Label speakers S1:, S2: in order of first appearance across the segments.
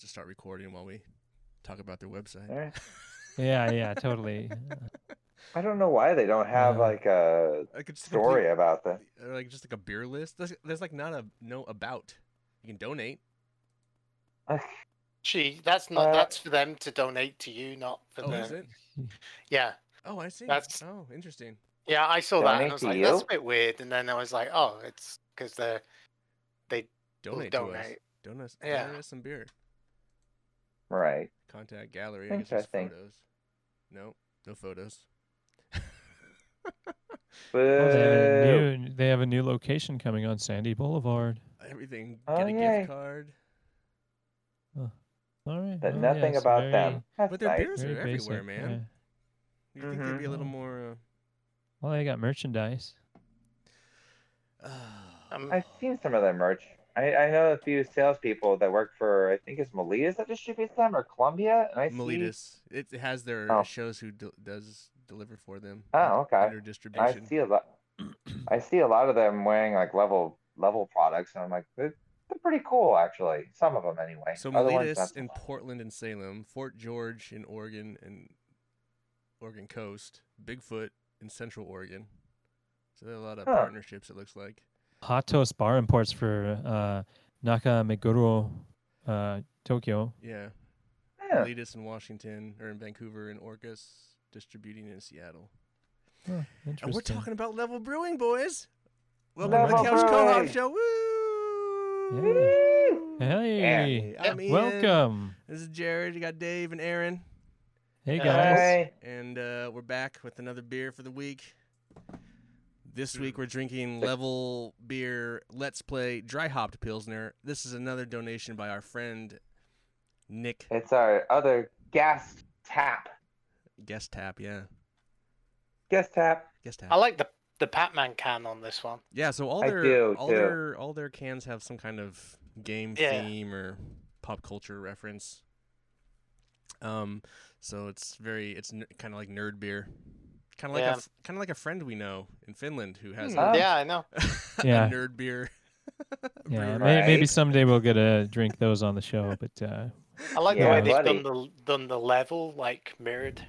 S1: to start recording while we talk about their website.
S2: Eh,
S3: Yeah, yeah, totally.
S2: I don't know why they don't have
S3: Yeah.
S2: like a
S1: Like it's just a complete-
S2: story about that.
S1: or, like just like a beer list. There's, there's like not a no about. You can donate.
S4: She, that's not.
S2: Uh,
S4: that's for them to donate to you, not for
S1: Oh,
S4: them.
S1: is it?
S4: Yeah,
S1: Oh, I see.
S4: That's-
S1: Oh, interesting.
S4: yeah. I saw that
S2: Donate
S4: and I was
S2: to
S4: like, that's
S2: you?
S4: a bit weird. And then I was like, oh, it's because they're
S1: Donate, to us.
S4: donate.
S1: Donate. us-
S4: Yeah.
S1: Donate us some beer.
S2: Right.
S1: Contact gallery. I guess there's
S2: Interesting.
S1: photos. No, no photos.
S3: Oh, they, have
S2: Boo.
S3: a new, they have a new location coming on Sandy Boulevard.
S1: Everything.
S2: Oh,
S1: Get a
S2: yay.
S1: gift card.
S3: All right.
S2: But
S3: oh, yeah,
S2: nothing
S3: it's
S2: about
S3: very,
S2: them. That's
S1: But their
S2: nice. Mm-hmm.
S1: beers
S3: Very
S1: are everywhere,
S3: basic,
S1: man.
S3: yeah.
S1: You think they'd be a little
S3: Mhm.
S1: more?
S3: Well, they got merchandise.
S1: Uh,
S4: Um,
S2: I've seen some of their merch. I, I know a few salespeople that work for I think it's Melitus that distributes them or Columbia. And I see-
S1: Miletus. It it has their
S2: Oh.
S1: it shows who del- does deliver for them.
S2: Oh, okay.
S1: Under
S2: I
S1: distribution.
S2: see a lot. I see a lot of them wearing like level level products, and I'm like, they're, they're pretty cool actually. Some of them anyway.
S1: So
S2: Other ones, not
S1: Miletus
S2: so
S1: in
S2: much.
S1: Portland and Salem, Fort George in Oregon and Oregon Coast, Bigfoot in Central Oregon. So there are a lot of
S2: Huh.
S1: partnerships. It looks like.
S3: Hot Toast Bar imports for uh, Naka Meguro, uh, Tokyo.
S1: Yeah.
S2: Yeah.
S1: Miletus in Washington or in Vancouver and Orcas distributing in Seattle.
S3: Oh,
S1: And we're
S3: interesting.
S1: talking about Level Brewing, boys. Welcome
S3: Level
S1: to the Couch Co-op
S2: Brewing.
S1: Show. Woo!
S3: Yeah.
S2: Woo!
S3: Hey,
S1: I'm Ian.
S3: welcome.
S1: This is Jared. You got Dave and Aaron,
S3: Hey
S4: Hey.
S3: guys.
S2: Hey.
S1: and uh, we're back with another beer for the week. This week we're drinking Level Beer Let's Play Dry Hopped Pilsner. This is another donation by our friend Nick
S2: It's our other gas tap.
S1: Guest Tap. Yeah,
S2: Gas tap.
S1: Guest Tap.
S4: I like the the Pac-Man can on this one.
S1: Yeah, so all
S2: I
S1: their
S2: do,
S1: all
S2: too.
S1: their all their cans have some kind of game
S4: Yeah.
S1: theme or pop culture reference. Um, so it's very it's n- kind of like nerd beer, kind of like
S4: Yeah.
S1: a kind of like a friend we know in Finland who has
S4: Hmm,
S2: Ah.
S1: a,
S4: Yeah, I know.
S1: a
S3: Yeah.
S1: nerd beer.
S3: Yeah,
S1: brewery.
S3: may, maybe
S2: Right.
S3: someday we'll get to drink those on the show, but uh,
S4: I like
S3: Yeah.
S4: the way
S2: Buddy.
S4: they've done the done the level like mirrored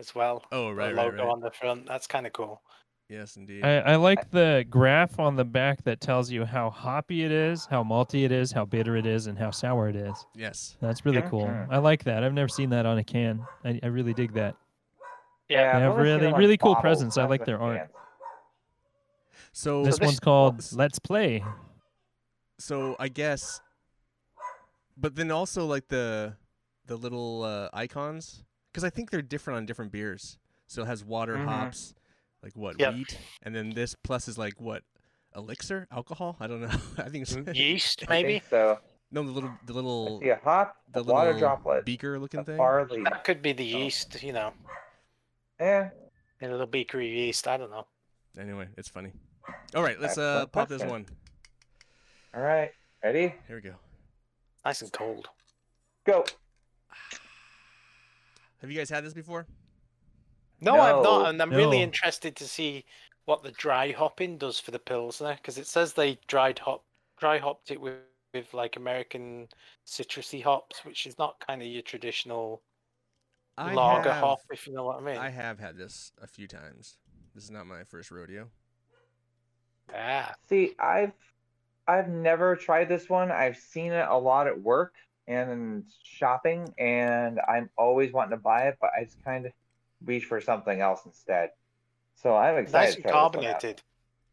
S4: as well.
S1: Oh right,
S4: the
S1: right,
S4: logo
S1: right.
S4: on the front. That's kind of cool.
S1: Yes, indeed.
S3: I, I like the graph on the back that tells you how hoppy it is, how malty it is, how bitter it is, and how sour it is.
S1: yes.
S3: That's really cool.
S2: Mhm.
S3: I like that. I've never seen that on a can. I, I really dig that.
S2: Yeah,
S3: They
S2: I've only
S3: have
S2: seen
S3: really-
S2: them on
S3: really cool
S2: bottles,
S3: presents. I
S2: not
S3: like
S2: with
S3: their art.
S2: cans.
S1: So
S3: This
S4: this-
S3: one's called Let's Play.
S1: so I guess, but then also like the the little uh, icons because I think they're different on different beers. So it has water
S2: Mhm.
S1: hops, like what
S4: Yep.
S1: wheat, and then this plus is like what elixir, alcohol. I don't know. I think it's
S4: Mm, Yeast,
S2: I
S4: maybe.
S2: think so.
S1: no the little the
S2: I
S1: little
S2: see a hop,
S1: the
S2: a water
S1: little
S2: droplet,
S1: beaker looking
S2: a
S1: thing.
S2: barley.
S4: That could be the
S1: Oh.
S4: yeast, you know,
S2: Yeah.
S4: in a little beaker of yeast. I don't know.
S1: Anyway, it's funny. All right, let's uh,
S2: Excellent
S1: pop this one.
S2: question. All right. Ready?
S1: Here we go.
S4: Nice and cold.
S2: Go.
S1: Have you guys had this before?
S4: No, I'm
S2: No.
S4: not, and I'm really
S3: No.
S4: interested to see what the dry hopping does for the pilsner because it says they dried hop, dry hopped it with, with like American citrusy hops, which is not kind of your traditional lager
S1: have,
S4: hop, if you know what I mean.
S1: I have had this a few times. This is not my first rodeo.
S4: Yeah,
S2: See, I've I've never tried this one. I've seen it a lot at work and in shopping, and I'm always wanting to buy it, but I just kind of reach for something else instead. So I'm excited.
S4: nice
S2: to
S4: and
S2: try this one out.
S4: carbonated,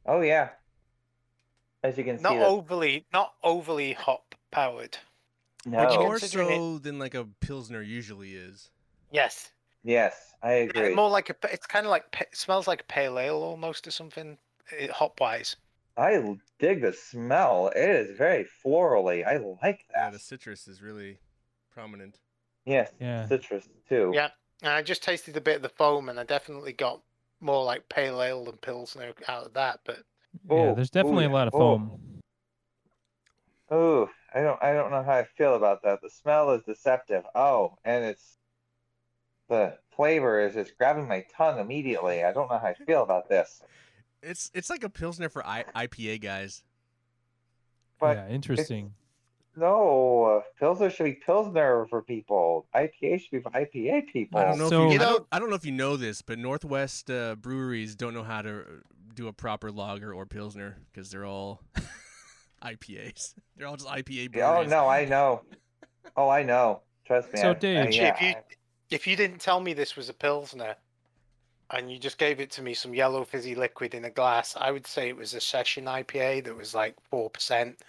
S2: Oh yeah. As you can
S4: not
S2: see, the-
S4: overly, not overly hop powered.
S2: no.
S4: you
S1: More
S4: considering it-
S1: so than like a pilsner usually is.
S4: Yes,
S2: Yes, I
S4: Yeah,
S2: agree.
S4: more like a. pa- It's kind of like pa- it smells like pale ale almost or something, eh, hop wise.
S2: I l- dig the smell. It is very florally. I like
S1: Yeah,
S2: that.
S1: the citrus is really prominent.
S2: Yes,
S3: Yeah.
S2: citrus too.
S4: Yeah. And I just tasted a bit of the foam, and I definitely got more like pale ale than pilsner out of that. But
S3: yeah,
S2: Oh,
S3: there's
S2: oh,
S3: definitely
S2: yeah.
S3: a lot of
S2: Oh.
S3: foam.
S2: Ooh, I don't I don't know how I feel about that. The smell is deceptive. Oh, and it's the flavor is just grabbing my tongue immediately. I don't know how I feel about this.
S1: It's it's like a pilsner for I, IPA guys.
S2: But
S3: yeah, interesting.
S2: No, Pilsner should be Pilsner for people. IPA should be for IPA people.
S1: I don't know.
S3: So-
S1: if you,
S3: You
S1: I,
S5: know-
S1: don't, I don't know if you know this, but Northwest uh, breweries don't know how to uh, do a proper lager or pilsner because they're all IPAs. They're all just IPA breweries.
S2: Oh no, I know. Oh, I know. Trust me.
S3: So,
S2: I-
S3: Dave-
S2: I-
S3: Chip,
S2: yeah,
S4: if you if you didn't tell me this was a pilsner, and you just gave it to me some yellow fizzy liquid in a glass, I would say it was a session IPA that was like four percent,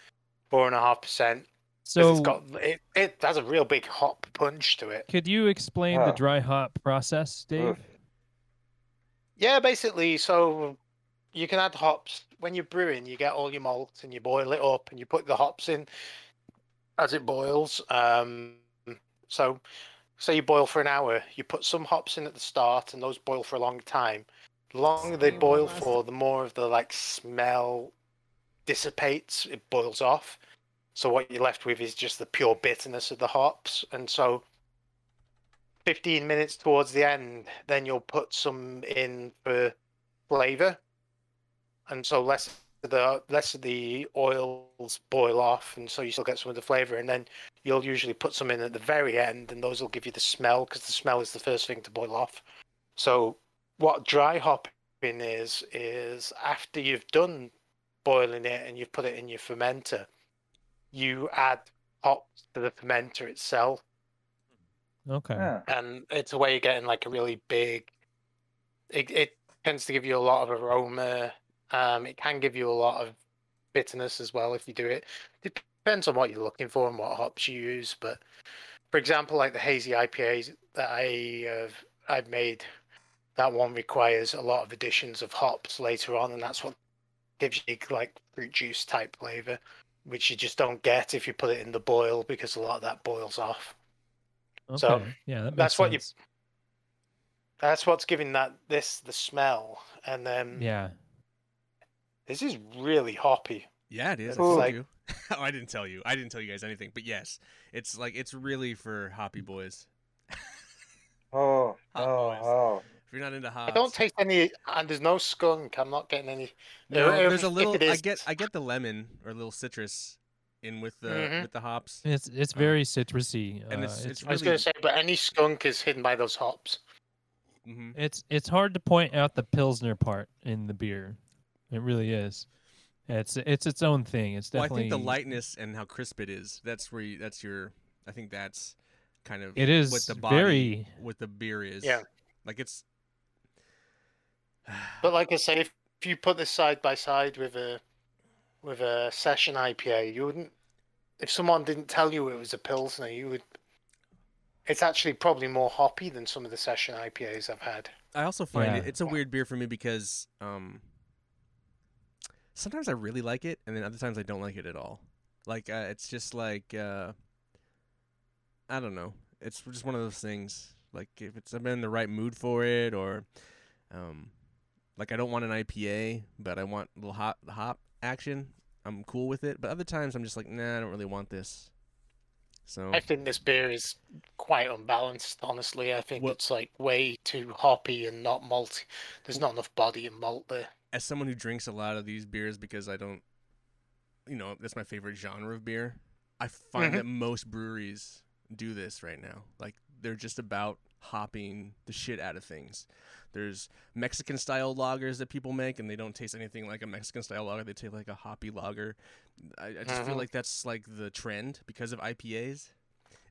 S4: four and a half percent. So
S3: So
S4: it's got it, it has a real big hop punch to it.
S3: could you explain the
S2: Huh.
S3: dry hop process,
S2: I-
S3: Dave?
S2: oof.
S4: Yeah, basically, so you can add hops when you're brewing. You get all your malt and you boil it up, and you put the hops in as it boils. Um, so, say you boil for an hour, you put some hops in at the start, and those boil for a long time. The longer they
S1: Same
S4: boil
S1: last-
S4: for, the more of the like smell dissipates. It boils off. So what you're left with is just the pure bitterness of the hops, and so 15 minutes towards the end, then you'll put some in for flavor. And so less of the less of the oils boil off, and so you still get some of the flavor. And then you'll usually put some in at the very end, and those will give you the smell because the smell is the first thing to boil off. So what dry hopping is is after you've done boiling it and you've put it in your fermenter, you add hops to the fermenter itself
S3: Okay.
S2: Huh.
S4: and it's a way of getting like a really big it, it tends to give you a lot of aroma um it can give you a lot of bitterness as well if you do it depends on what you're looking for and what hops you use but for example like the hazy ipas that i uh, i've made that one requires a lot of additions of hops later on and that's what gives you like fruit juice type flavor which you just don't get if you put it in the boil because a lot of that boils off
S3: okay.
S4: So,
S3: yeah, that
S4: that's
S3: makes
S4: what you-
S3: sense.
S4: That's what's giving that this the smell, and um,
S3: Yeah.
S4: this is really hoppy.
S1: Yeah, it is. I
S2: Ooh.
S1: told
S4: Like-
S1: you. oh, I didn't tell you. I didn't tell you guys anything. But yes, it's like it's really for hoppy boys.
S2: Oh,
S1: Hot boys.
S2: oh, oh.
S1: If you're not into hops,
S4: I don't taste any, and there's no skunk. I'm not getting any.
S1: No,
S4: If-
S1: there's a
S4: if
S1: little.
S4: it
S1: I
S4: is-
S1: get. I get the lemon or a little citrus in with the
S4: Mhm.
S1: with the hops.
S3: It's it's very citrusy.
S1: And
S3: uh,
S1: it's- it's
S4: I was going
S1: really-
S4: to say, but any skunk is hidden by those hops.
S1: hmm
S3: It's it's hard to point out the pilsner part in the beer. It really is. It's it's its own thing. It's
S1: Well, I
S3: definitely
S1: think the lightness and how crisp it is. That's where. You, that's your. I think that's kind of.
S3: It is
S1: what the body,
S3: very
S1: what the beer is.
S4: Yeah.
S1: Like it's.
S4: But like I say, if, if you put this side by side with a with a session IPA, you wouldn't. If someone didn't tell you it was a pilsner, you would. It's actually probably more hoppy than some of the session IPAs I've had.
S1: I also find it,
S3: Yeah.
S1: it's a weird beer for me because um, sometimes I really like it, and then other times I don't like it at all. Like uh, it's just like uh, I don't know. It's just one of those things. Like if it's I'm in the right mood for it, or um, like I don't want an IPA, but I want a little hop hop action. I'm cool with it, but other times I'm just like, nah, I don't really want this. So
S4: I think this beer is quite unbalanced, honestly. I think
S1: Well-
S4: it's like way too hoppy and not malty. There's not enough body and malt there.
S1: as someone who drinks a lot of these beers because I don't, you know, that's my favorite genre of beer. I find
S4: Mhm.
S1: that most breweries do this right now. Like they're just about hopping the shit out of things. There's Mexican style lagers that people make, and they don't taste anything like a Mexican style lager. They taste like a hoppy lager. I, I just feel
S4: Mhm.
S1: like that's like the trend because of IPAs,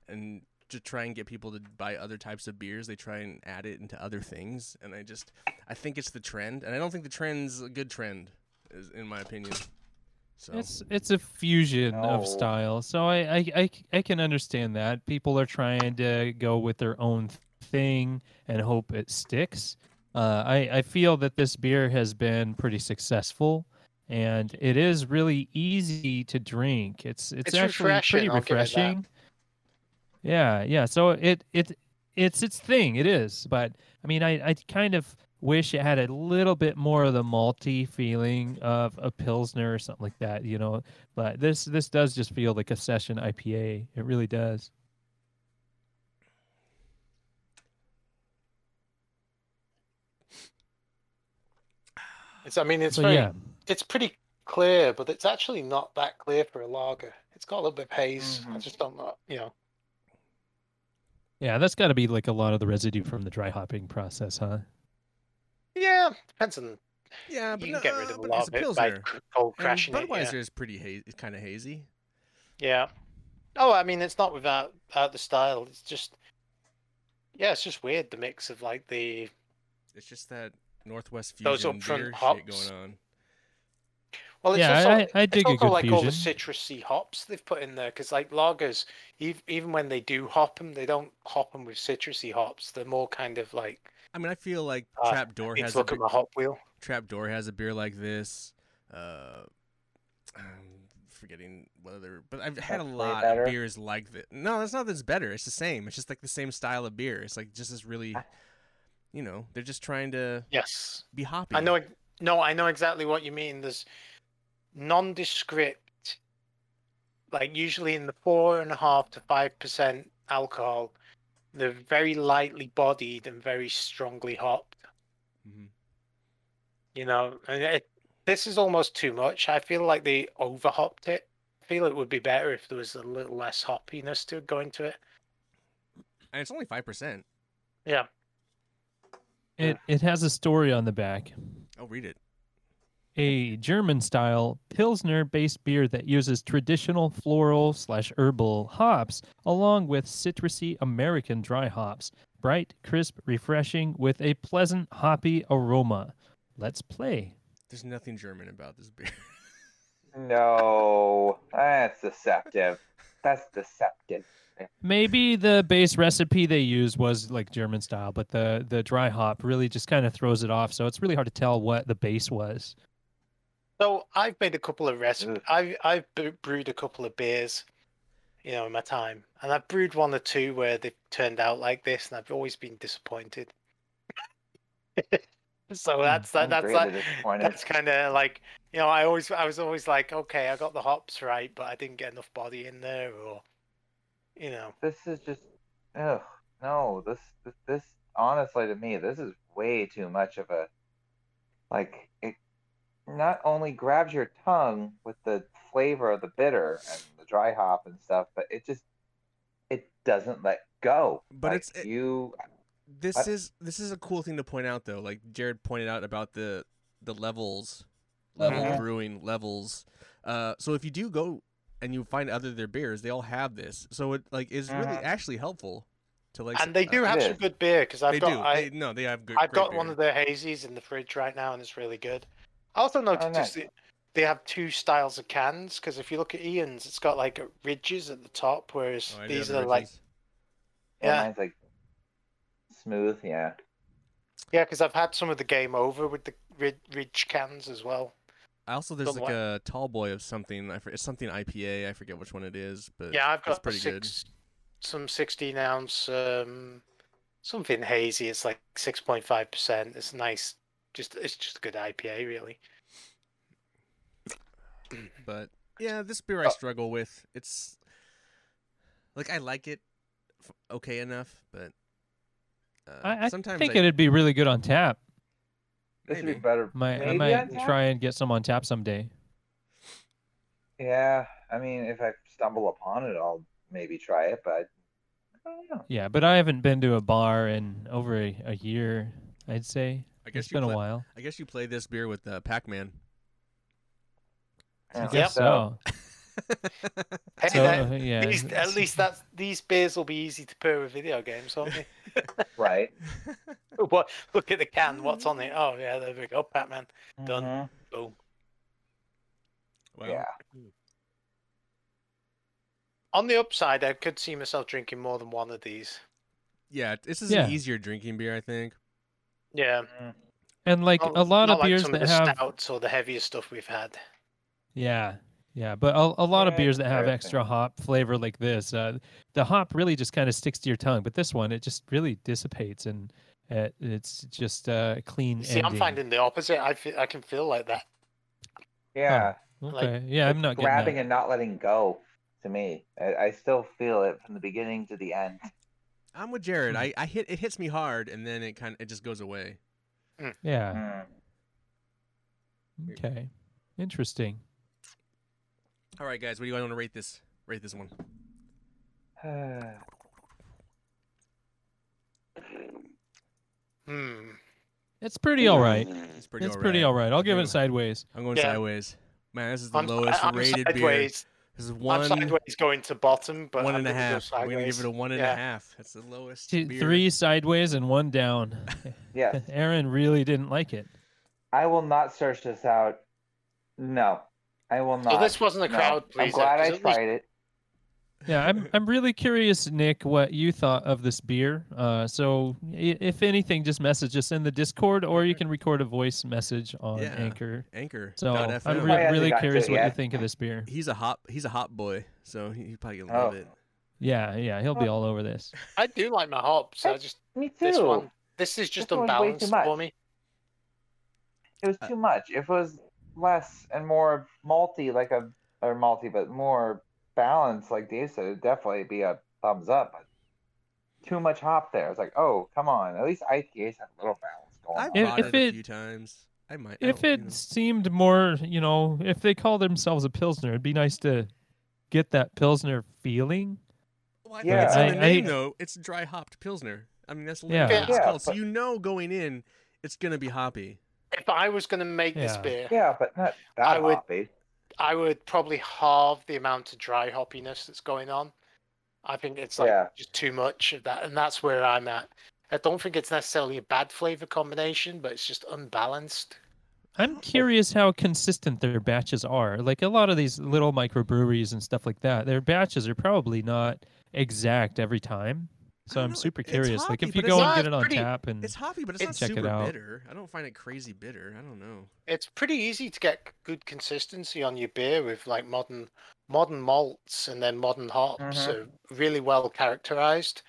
S1: and to try and get people to buy other types of beers, they try and add it into other things. And I just, I think it's the trend, and I don't think the trend's a good trend, is- in my opinion. So
S3: It's it's a fusion
S2: No.
S3: of style, so I, I I c- I can understand that people are trying to go with their own thing and hope it sticks. Uh, I I feel that this beer has been pretty successful, and it is really easy to drink. It's it's,
S4: It's
S3: actually pretty
S4: refreshing, I'll give it that.
S3: refreshing. Yeah, yeah. So it it it's its thing. It is, but I mean, I I kind of wish it had a little bit more of the malty feeling of a pilsner or something like that, you know. But this this does just feel like a session IPA. It really does.
S4: It's, I mean, it's
S3: so
S4: very,
S3: yeah,
S4: it's pretty clear, but it's actually not that clear for a lager. It's It's got a little bit of haze. I
S2: Mhm.
S4: just don't know. You know,
S3: Yeah, that's got to be like a lot of the residue from the dry hopping process, huh?
S4: yeah, depends on.
S1: Yeah, Uh, but
S4: you
S1: no,
S4: can get rid of a
S1: but
S4: lot
S1: it's
S4: of
S1: a
S4: it by
S1: Pilsner.
S4: cr- cold
S1: And
S4: crashing it. Yeah.
S1: Budweiser is pretty hazy, kind of hazy.
S4: yeah. Oh, I mean, it's not without, without the style. It's just, yeah, it's just weird the mix of like the
S1: It's just that Northwest fusion
S4: Those upfront
S1: beer shit
S4: hops.
S1: going on.
S4: Well, it's
S3: Yeah,
S4: also,
S3: I- I
S4: it's
S3: dig a
S4: also
S3: good
S4: like all the
S3: fusion.
S4: citrusy hops they've put in there because, like lagers, ev- even when they do hop them, they don't hop them with citrusy hops. They're more kind of like
S1: I mean, I feel like
S4: Uh,
S1: Trap Door
S4: need
S1: has
S4: to
S1: a
S4: look at
S1: big,
S4: my hop wheel.
S1: Trap Door has a beer like this. Uh, I'm forgetting what other, but I've had a
S2: That's way
S1: lot
S2: better.
S1: of beers like this. No, it's not that it's better. It's the same. It's just like the same style of beer. It's like just this really, you know, they're just trying to
S4: Yes,
S1: be hoppy.
S4: I know. ex- No, I know exactly what you mean. There's nondescript, like usually in the four and a half to five percent alcohol. They're very lightly bodied and very strongly hopped.
S1: Mhm.
S4: you know and it, this is almost too much i feel like they overhopped it i feel it would be better if there was a little less hoppiness to go into it
S1: and it's only five percent.
S4: yeah
S3: It it has a story on the back.
S1: I'll read it.
S3: a German style Pilsner based beer that uses traditional floral slash herbal hops along with citrusy American dry hops. Bright, crisp, refreshing with a pleasant hoppy aroma. Let's play.
S1: There's nothing German about this beer.
S2: No, that's deceptive. That's deceptive.
S3: Maybe the base recipe they used was like German style, but the, the dry hop really just kind of throws it off. So it's really hard to tell what the base was.
S4: so i've made a couple of recipes
S2: Ugh.
S4: i've i've bre- brewed a couple of beers you know in my time and i've brewed one or two where they've turned out like this and i've always been disappointed so that's
S2: Hmm,
S4: that
S2: I'm
S4: that's
S2: greatly
S4: that,
S2: disappointed.
S4: that's kind of like you know i always i was always like okay i got the hops right but i didn't get enough body in there or you know
S2: This is just, ugh, no. This, this, this. Honestly, to me, this is way too much of a, like it. Not only grabs your tongue with the flavor of the bitter and the dry hop and stuff, but it just, it doesn't let go.
S1: But
S2: Like,
S1: it's- it-
S2: you.
S1: This
S2: I-
S1: is this is a cool thing to point out though. Like Jared pointed out about the the levels, level
S4: Mm-hmm.
S2: Mhm.
S1: brewing levels. Uh, so if you do go and you find other their beers, they all have this. So it like is really
S2: Mhm.
S1: actually helpful to like.
S4: Mm-hmm. and they do
S2: uh,
S4: have some
S2: yeah.
S4: good beer because
S1: they
S4: i've got
S1: do.
S4: i
S1: they, no, they have good.
S4: I've got one of their hazies in the fridge right now, and it's really good. I also noticed
S2: nice.
S4: that they have two styles of cans because if you look at Ian's, it's got like ridges at the top,
S3: Oh,
S4: whereas
S1: Oh,
S4: these are like
S2: Yeah.
S4: Yeah.
S2: Mine's like smooth. Yeah.
S4: yeah, because I've had some of the game over with the rid- ridge cans as well.
S1: Also, there's
S4: the
S1: like
S4: li-
S1: a tall boy of something. I for, it's something IPA. I forget which one it is, but
S4: Yeah, I've
S1: it's
S4: got
S1: pretty good.
S4: six, some sixteen ounce, um, something hazy. It's like six point five percent. It's nice. Just it's just a good IPA, really.
S1: But yeah, this beer I
S4: Oh.
S1: struggle with. It's like I like it f- okay enough, but uh,
S3: I, I
S1: sometimes
S3: think
S1: I,
S3: it'd be really good on tap.
S2: This would
S1: Maybe.
S2: be better.
S3: My, I
S2: Maybe
S3: might
S2: on tap?
S3: try and get some on tap someday.
S2: Yeah, I mean, if I stumble upon it, I'll maybe try it, but I don't know.
S3: Yeah, but I haven't been to a bar in over a, a year, I'd say.
S1: I guess
S3: it's
S1: you
S3: been
S1: play,
S3: a while.
S1: I guess you play this beer with uh, Pac-Man.
S2: I
S3: I
S2: don't
S3: guess so.
S4: Hey,
S3: So,
S4: that-
S3: uh, yeah.
S4: these, at
S3: it's-
S4: least that's these beers will be easy to pair with video games, won't they?
S2: Right?
S4: What? Look at the can. What's on it? Oh yeah, there we go. Batman. Done.
S2: Mhm.
S4: Boom.
S1: Well,
S2: Yeah.
S4: On the upside, I could see myself drinking more than one of these.
S1: yeah, this is
S3: Yeah.
S1: an easier drinking beer, I think.
S4: Yeah.
S2: Mhm.
S3: And like
S4: not-
S3: a lot
S4: not
S3: of
S4: like
S3: beers
S4: some
S3: that
S4: of the
S3: have
S4: stouts or the heavier stuff we've had.
S3: yeah, yeah, but a, a lot of
S2: Yeah,
S3: beers that have
S2: fair
S3: extra hop flavor like this, uh, the hop really just kind of sticks to your tongue. But this one, it just really dissipates and uh it's just uh, clean.
S4: See, I'm
S3: ending.
S4: finding the opposite. I fe- I can feel like that.
S2: Yeah.
S4: like,
S3: okay. yeah, I'm not
S2: Grabbing
S3: getting that.
S2: and not letting go to me. I, I still feel it from the beginning to the end.
S1: I'm with
S3: Hmm.
S1: Jared. I, I hit it hits me hard, and then it kind of it just goes away.
S3: Yeah.
S2: Mm.
S1: Mm.
S3: Okay. Interesting.
S1: All right, guys, what do you want to rate this? Rate this one.
S4: Hmm.
S3: It's pretty
S4: Mm.
S3: all right.
S1: It's pretty.
S3: it's
S1: all
S3: pretty
S1: right.
S3: all right. I'll give
S1: Yeah.
S3: it sideways.
S1: I'm going
S4: Yeah.
S1: sideways. Man, this is the
S4: I'm,
S1: lowest
S4: I'm
S1: rated
S4: sideways.
S1: beer. This is
S4: I'm
S1: one,
S4: sideways going to bottom, but
S1: one
S4: I'm
S1: and a
S4: gonna go
S1: half. I'm gonna give
S4: sideways.
S1: it a one and a
S4: Yeah.
S1: half. That's the lowest.
S3: Two,
S1: beer.
S3: three sideways and one down.
S2: yes,
S3: Aaron really didn't like it.
S2: I will not search this out. No, I will not.
S4: So this wasn't a
S2: No.
S4: crowd pleaser.
S2: I'm glad
S4: 'cause
S2: I
S4: at least-
S2: tried it.
S3: Yeah, I'm I'm really curious, Nick, what you thought of this beer. Uh, so i- if anything, just message us in the Discord, or you can record a voice message on
S1: Yeah.
S3: Anchor.
S1: Anchor.
S3: So
S1: dot
S3: I'm
S1: FM.
S2: I
S3: re-
S2: haven't
S3: really
S2: got to
S3: curious
S2: it
S3: what you
S2: yet.
S3: think of this beer.
S1: He's a hop. He's a hop boy, so he, he probably gonna love
S2: Oh.
S1: it.
S3: Yeah, yeah, he'll be all over this.
S4: I do like my hops. I
S2: Hey,
S4: just
S2: Me too.
S4: this one. This is just
S2: This one's way too
S4: unbalanced
S2: much.
S4: for me.
S2: It was too much. It was less and more malty, like a or malty, but more balanced. Like Dave said, it'd definitely be a thumbs up. Too much hop there. It's like, oh, come on. At least IPAs have a little balance going
S1: I've
S2: on.
S3: If-
S1: bought
S3: if
S1: it, a
S3: it-
S1: few times. I might. I
S3: If
S1: don't-
S3: it
S1: you know.
S3: seemed more, you know, if they call themselves a pilsner, it'd be nice to get that pilsner feeling.
S1: Well, I
S2: Yeah.
S1: think it's in the
S3: I- I-
S1: name, though. It's dry hopped pilsner. I mean, that's literally
S3: Yeah.
S1: what it's
S2: Yeah,
S1: called. So
S2: but-
S1: you know, going in, it's gonna be hoppy.
S4: If I was going to make this
S3: Yeah.
S4: beer,
S2: Yeah, but not that
S4: I would-
S2: hoppy.
S4: I would probably halve the amount of dry hoppiness that's going on. I think it's like
S2: Yeah.
S4: just too much of that, and that's where I'm at. I don't think it's necessarily a bad flavor combination, but it's just unbalanced.
S3: I'm curious how consistent their batches are. Like a lot of these little microbreweries and stuff like that, their batches are probably not exact every time. So
S1: I
S3: I'm
S1: know,
S3: super
S1: it's
S3: curious. like
S1: hoppy,
S3: if you
S1: but
S3: go
S4: it's
S3: and
S4: not
S3: get it on
S4: pretty-
S3: tap and
S1: It's hoppy, but it's not
S3: Mm. Check it
S1: super
S3: out.
S1: bitter. I don't find it crazy bitter. I don't know.
S4: It's pretty easy to get good consistency on your beer with like modern modern malts and then modern hops
S2: Mhm.
S4: are really well characterized,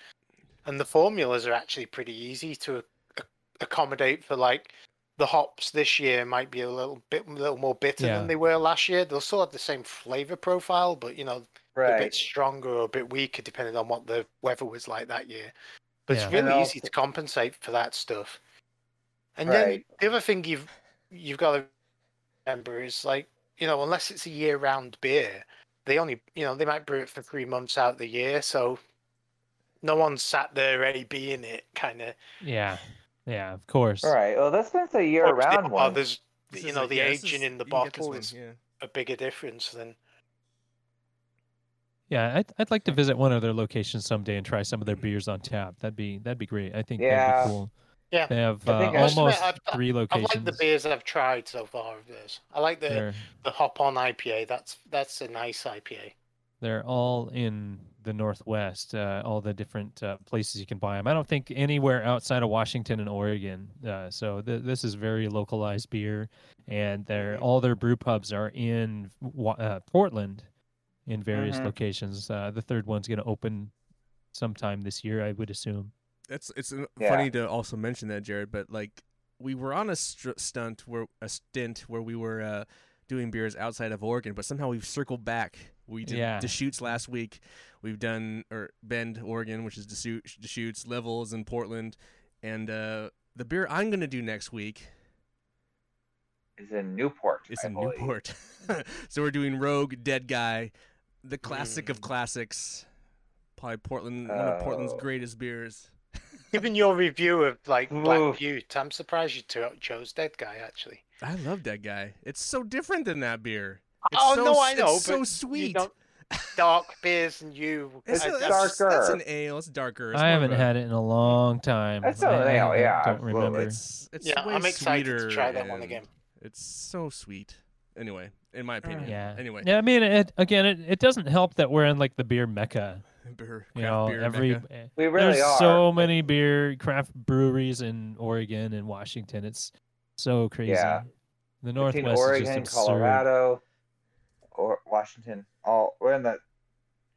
S4: and the formulas are actually pretty easy to ac- accommodate for like the hops this year might be a little bit little more bitter
S3: Yeah.
S4: than they were last year. They'll still have the same flavor profile, but you know a
S2: Right.
S4: bit stronger or a bit weaker depending on what the weather was like that year. But
S3: Yeah.
S4: it's
S2: And
S4: really easy
S2: also-
S4: to compensate for that stuff. And then
S2: Right.
S4: the other thing you've you've got to remember is like you know unless it's a year round beer, they only you know they might brew it for three months out of the year, so no one sat there already being it kind of.
S3: yeah, yeah, of course.
S2: All right. Well, this one's a year-round one.
S4: There's
S1: This
S4: you
S1: is
S4: know
S1: like-
S4: the
S1: yeah, this
S4: aging
S1: is-
S4: in the
S1: you can get this
S4: bottle
S1: one,
S4: is
S1: yeah.
S4: a bigger difference than
S3: Yeah, I'd, I'd like to visit one of their locations someday and try some of their beers on tap. That'd be that'd be great. I think
S2: Yeah.
S3: that'd be cool.
S4: Yeah.
S3: they have
S2: I
S3: uh,
S2: think I-
S4: Most of it
S3: almost
S4: I've-
S3: three
S4: I
S3: locations.
S4: like the beers that I've tried so far of this. I like the
S3: They're
S4: the hop on IPA. That's that's a nice IPA.
S3: they're all in the northwest. Uh, all the different uh, places you can buy them. I don't think anywhere outside of Washington and Oregon. Uh, so th- this is very localized beer, and their all their brew pubs are in Wa- uh, Portland, in various
S2: Mhm.
S1: Mm-hmm.
S3: locations. Uh, the third one's going to open sometime this year, I would assume.
S1: That's it's uh,
S2: Yeah.
S1: funny to also mention that Jared, but like we were on a str- stunt where a stint where we were uh, doing beers outside of Oregon, but somehow we've circled back. We did
S3: Yeah.
S1: Deschutes last week. We've done or Bend, Oregon, which is Deschutes, Deschutes Levels in Portland, and uh, the beer I'm gonna do next week
S2: It's in Newport.
S1: is
S2: I
S1: in
S2: believe.
S1: Newport. so we're doing Rogue, Dead Guy, the classic of
S4: Mm.
S1: classics, probably Portland, one of Portland's
S2: Oh.
S1: greatest beers.
S4: Given your review of like
S2: Oof.
S4: Black Butte, I'm surprised you two chose Dead Guy actually.
S1: I love that guy. It's so different than that beer. It's
S4: oh
S1: so,
S4: no,
S1: s-
S4: I know.
S1: It's so
S4: but You
S1: sweet.
S4: don't, dark beers and you.
S1: It's,
S4: I-
S1: a-
S2: It's
S1: that's-
S4: that's-
S1: That's
S2: darker.
S1: an ale. It's darker. It's
S3: I
S1: more
S3: haven't
S1: of a-
S3: had it in a long time.
S2: That's
S3: I-
S2: all
S3: I
S2: right,
S3: haven't-
S2: yeah,
S3: don't
S2: absolutely.
S3: remember.
S1: It's it's
S4: Yeah,
S1: way
S4: I'm excited to
S1: sweeter
S4: try that one
S1: and
S4: again.
S1: It's so sweet. Anyway, in my opinion.
S3: Yeah.
S1: Anyway,
S3: Yeah, I mean, it, again, it, it doesn't help that we're in like the beer mecca.
S1: beer,
S3: You
S1: craft
S3: know,
S1: beer,
S3: every
S1: mecca.
S3: eh,
S2: We really
S3: there's
S2: are.
S3: so many beer craft breweries in Oregon and Washington. It's so crazy.
S2: Yeah. between
S3: The Northwest is just
S2: Oregon,
S3: absurd.
S2: Colorado, or Washington. All we're in the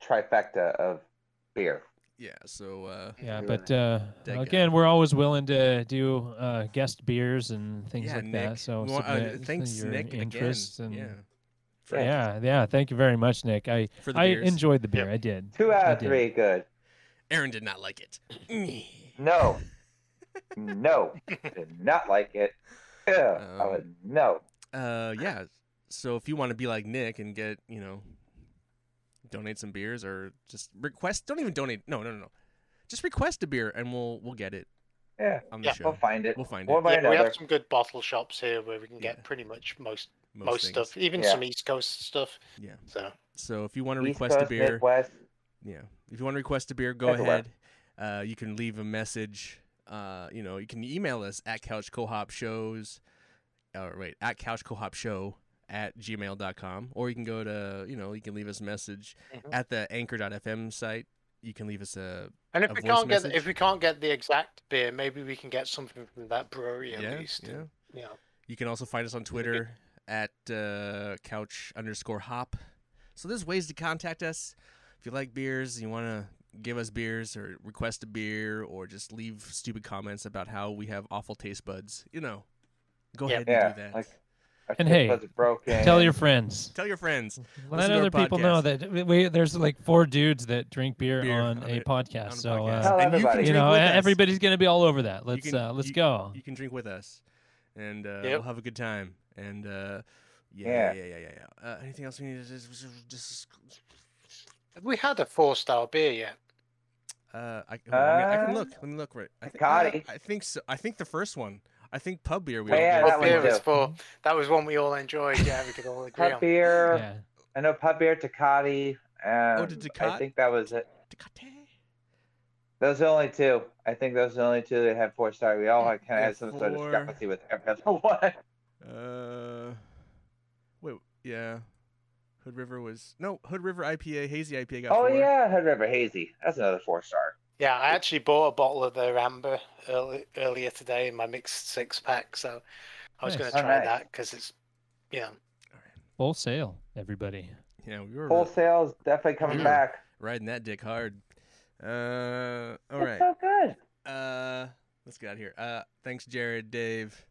S2: trifecta of beer.
S1: yeah. So uh,
S3: Yeah,
S2: Really.
S3: but uh,
S1: Dig it.
S3: again, we're always willing to do uh, guest beers and things
S1: yeah,
S3: like
S1: Nick.
S3: that. So
S1: we want- uh,
S3: submit
S1: thanks,
S3: your
S1: Nick.
S3: interests
S1: again.
S3: and
S1: yeah. For-
S3: yeah, yeah. Thank you very much, Nick. I
S1: For the
S3: I
S1: beers.
S3: enjoyed the beer.
S4: Yep.
S3: I did.
S2: Two out
S3: I
S2: of
S3: did.
S2: three, good.
S1: Aaron did not like it.
S2: No, no, did not like it. Ugh, I
S1: Um,
S2: would no.
S1: Uh, yeah. So if you want to be like Nick and get you know, donate some beers or just request. Don't even donate. No, no, no, no. Just request a beer and we'll we'll get it
S2: Yeah,
S1: on the
S4: Yeah,
S1: show.
S2: we'll find it.
S1: We'll find
S2: We'll
S1: it.
S2: buy
S4: Yeah, we
S2: another.
S4: have some good bottle shops here where we can get
S1: Yeah.
S4: pretty much most
S1: Most,
S4: most
S1: things.
S4: stuff, even
S2: Yeah.
S4: some East Coast stuff.
S1: Yeah.
S4: So
S1: So if you want to
S2: East
S1: request a
S2: Coast,
S1: beer,
S2: Midwest.
S1: yeah. If you want to request a beer, go
S2: Everywhere.
S1: ahead. Uh, you can leave a message. Uh, you know, you can email us at Couch Cohop Shows, or wait, at Couch Cohop Show at gmail.com. Or you can go to, you know, you can leave us a message
S4: Mhm.
S1: at the anchor.fm site. You can leave us a,
S4: And if
S1: A
S4: we
S1: voice
S4: can't
S1: message?
S4: get if we can't get the exact beer, maybe we can get something from that brewery at
S1: yeah,
S4: least.
S1: yeah.
S4: and, you know.
S1: You can also find us on Twitter at uh, couch underscore hop. So there's ways to contact us. If you like beers, you want to give us beers or request a beer or just leave stupid comments about how we have awful taste buds, you know, go
S4: Yeah.
S1: ahead
S2: Yeah,
S1: and do that.
S2: like our
S3: And
S2: taste
S3: hey,
S2: buds are broken.
S3: Tell your friends.
S1: Tell your friends
S3: Let
S1: to our
S3: other people know that we, there's like four dudes that drink beer,
S1: Beer
S3: on,
S1: on
S3: a,
S1: a-
S3: podcast.
S1: on the
S3: so
S1: podcast.
S2: Tell
S1: and you can
S3: uh,
S2: everybody.
S1: drink
S3: you know,
S1: with
S3: e-
S1: us.
S3: everybody's gonna be all over that. Let's
S1: can-
S3: uh, let's
S1: you-
S3: go.
S1: You can drink with us, and uh,
S4: Yep.
S1: we'll have a good time. And uh, yeah, yeah,
S2: Yeah.
S1: yeah, yeah, yeah. yeah. Uh, anything else we need to just, just
S4: Have we had a four star beer yet?
S1: Uh, I, hold on, I, mean, I can
S2: Uh,
S1: look. Let me look right. I, think, uh,
S2: Gotti.
S1: I think so. I think the first one. I think pub beer. We
S2: Oh,
S1: all
S2: yeah,
S1: did.
S2: that
S4: What
S2: one
S4: beer
S2: too.
S4: is for?
S1: Mm-hmm.
S4: That was one we all enjoyed. Yeah, we could all agree
S2: pub
S4: on.
S2: beer.
S3: Yeah.
S2: I know pub beer, Tecati. Um,
S1: Oh, did
S2: I
S1: Tecate?
S2: think that was it.
S1: Tecate?
S2: Those are the only two. I think those are the only two that had four star. We all kind of had some sort of
S1: Four.
S2: discrepancy with every other one.
S1: Uh, wait. Yeah, Hood River was no Hood River IPA. Hazy IPA got.
S2: Oh
S1: four.
S2: yeah, Hood River Hazy. That's another four star.
S4: Yeah, I actually bought a bottle of their amber early, earlier today in my mixed six pack, so I was
S3: Nice.
S4: going to try
S2: Alright.
S4: that 'cause that because it's yeah.
S3: Full sale, everybody.
S1: Yeah, we were
S2: Wholesale's definitely coming
S1: Mhm.
S2: back.
S1: riding that dick hard. Uh, all
S2: It's
S1: right.
S2: so good.
S1: Uh, let's get out of here. Uh, thanks, Jared, Dave,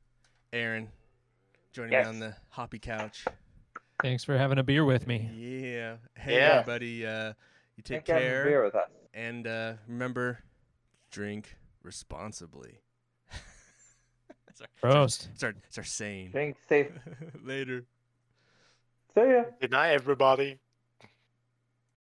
S1: Aaron, joining
S2: Yes.
S1: me on the hoppy couch.
S3: Thanks for having a beer with me.
S1: Yeah. Hey,
S4: Yeah.
S1: everybody. Uh, you take
S2: Thank you for having
S1: care.
S2: beer with us.
S1: And uh, remember, drink responsibly. that's, our,
S3: Prost.
S1: that's, our, that's our saying.
S2: Drink safe.
S1: Later.
S2: See ya.
S4: Good night, everybody.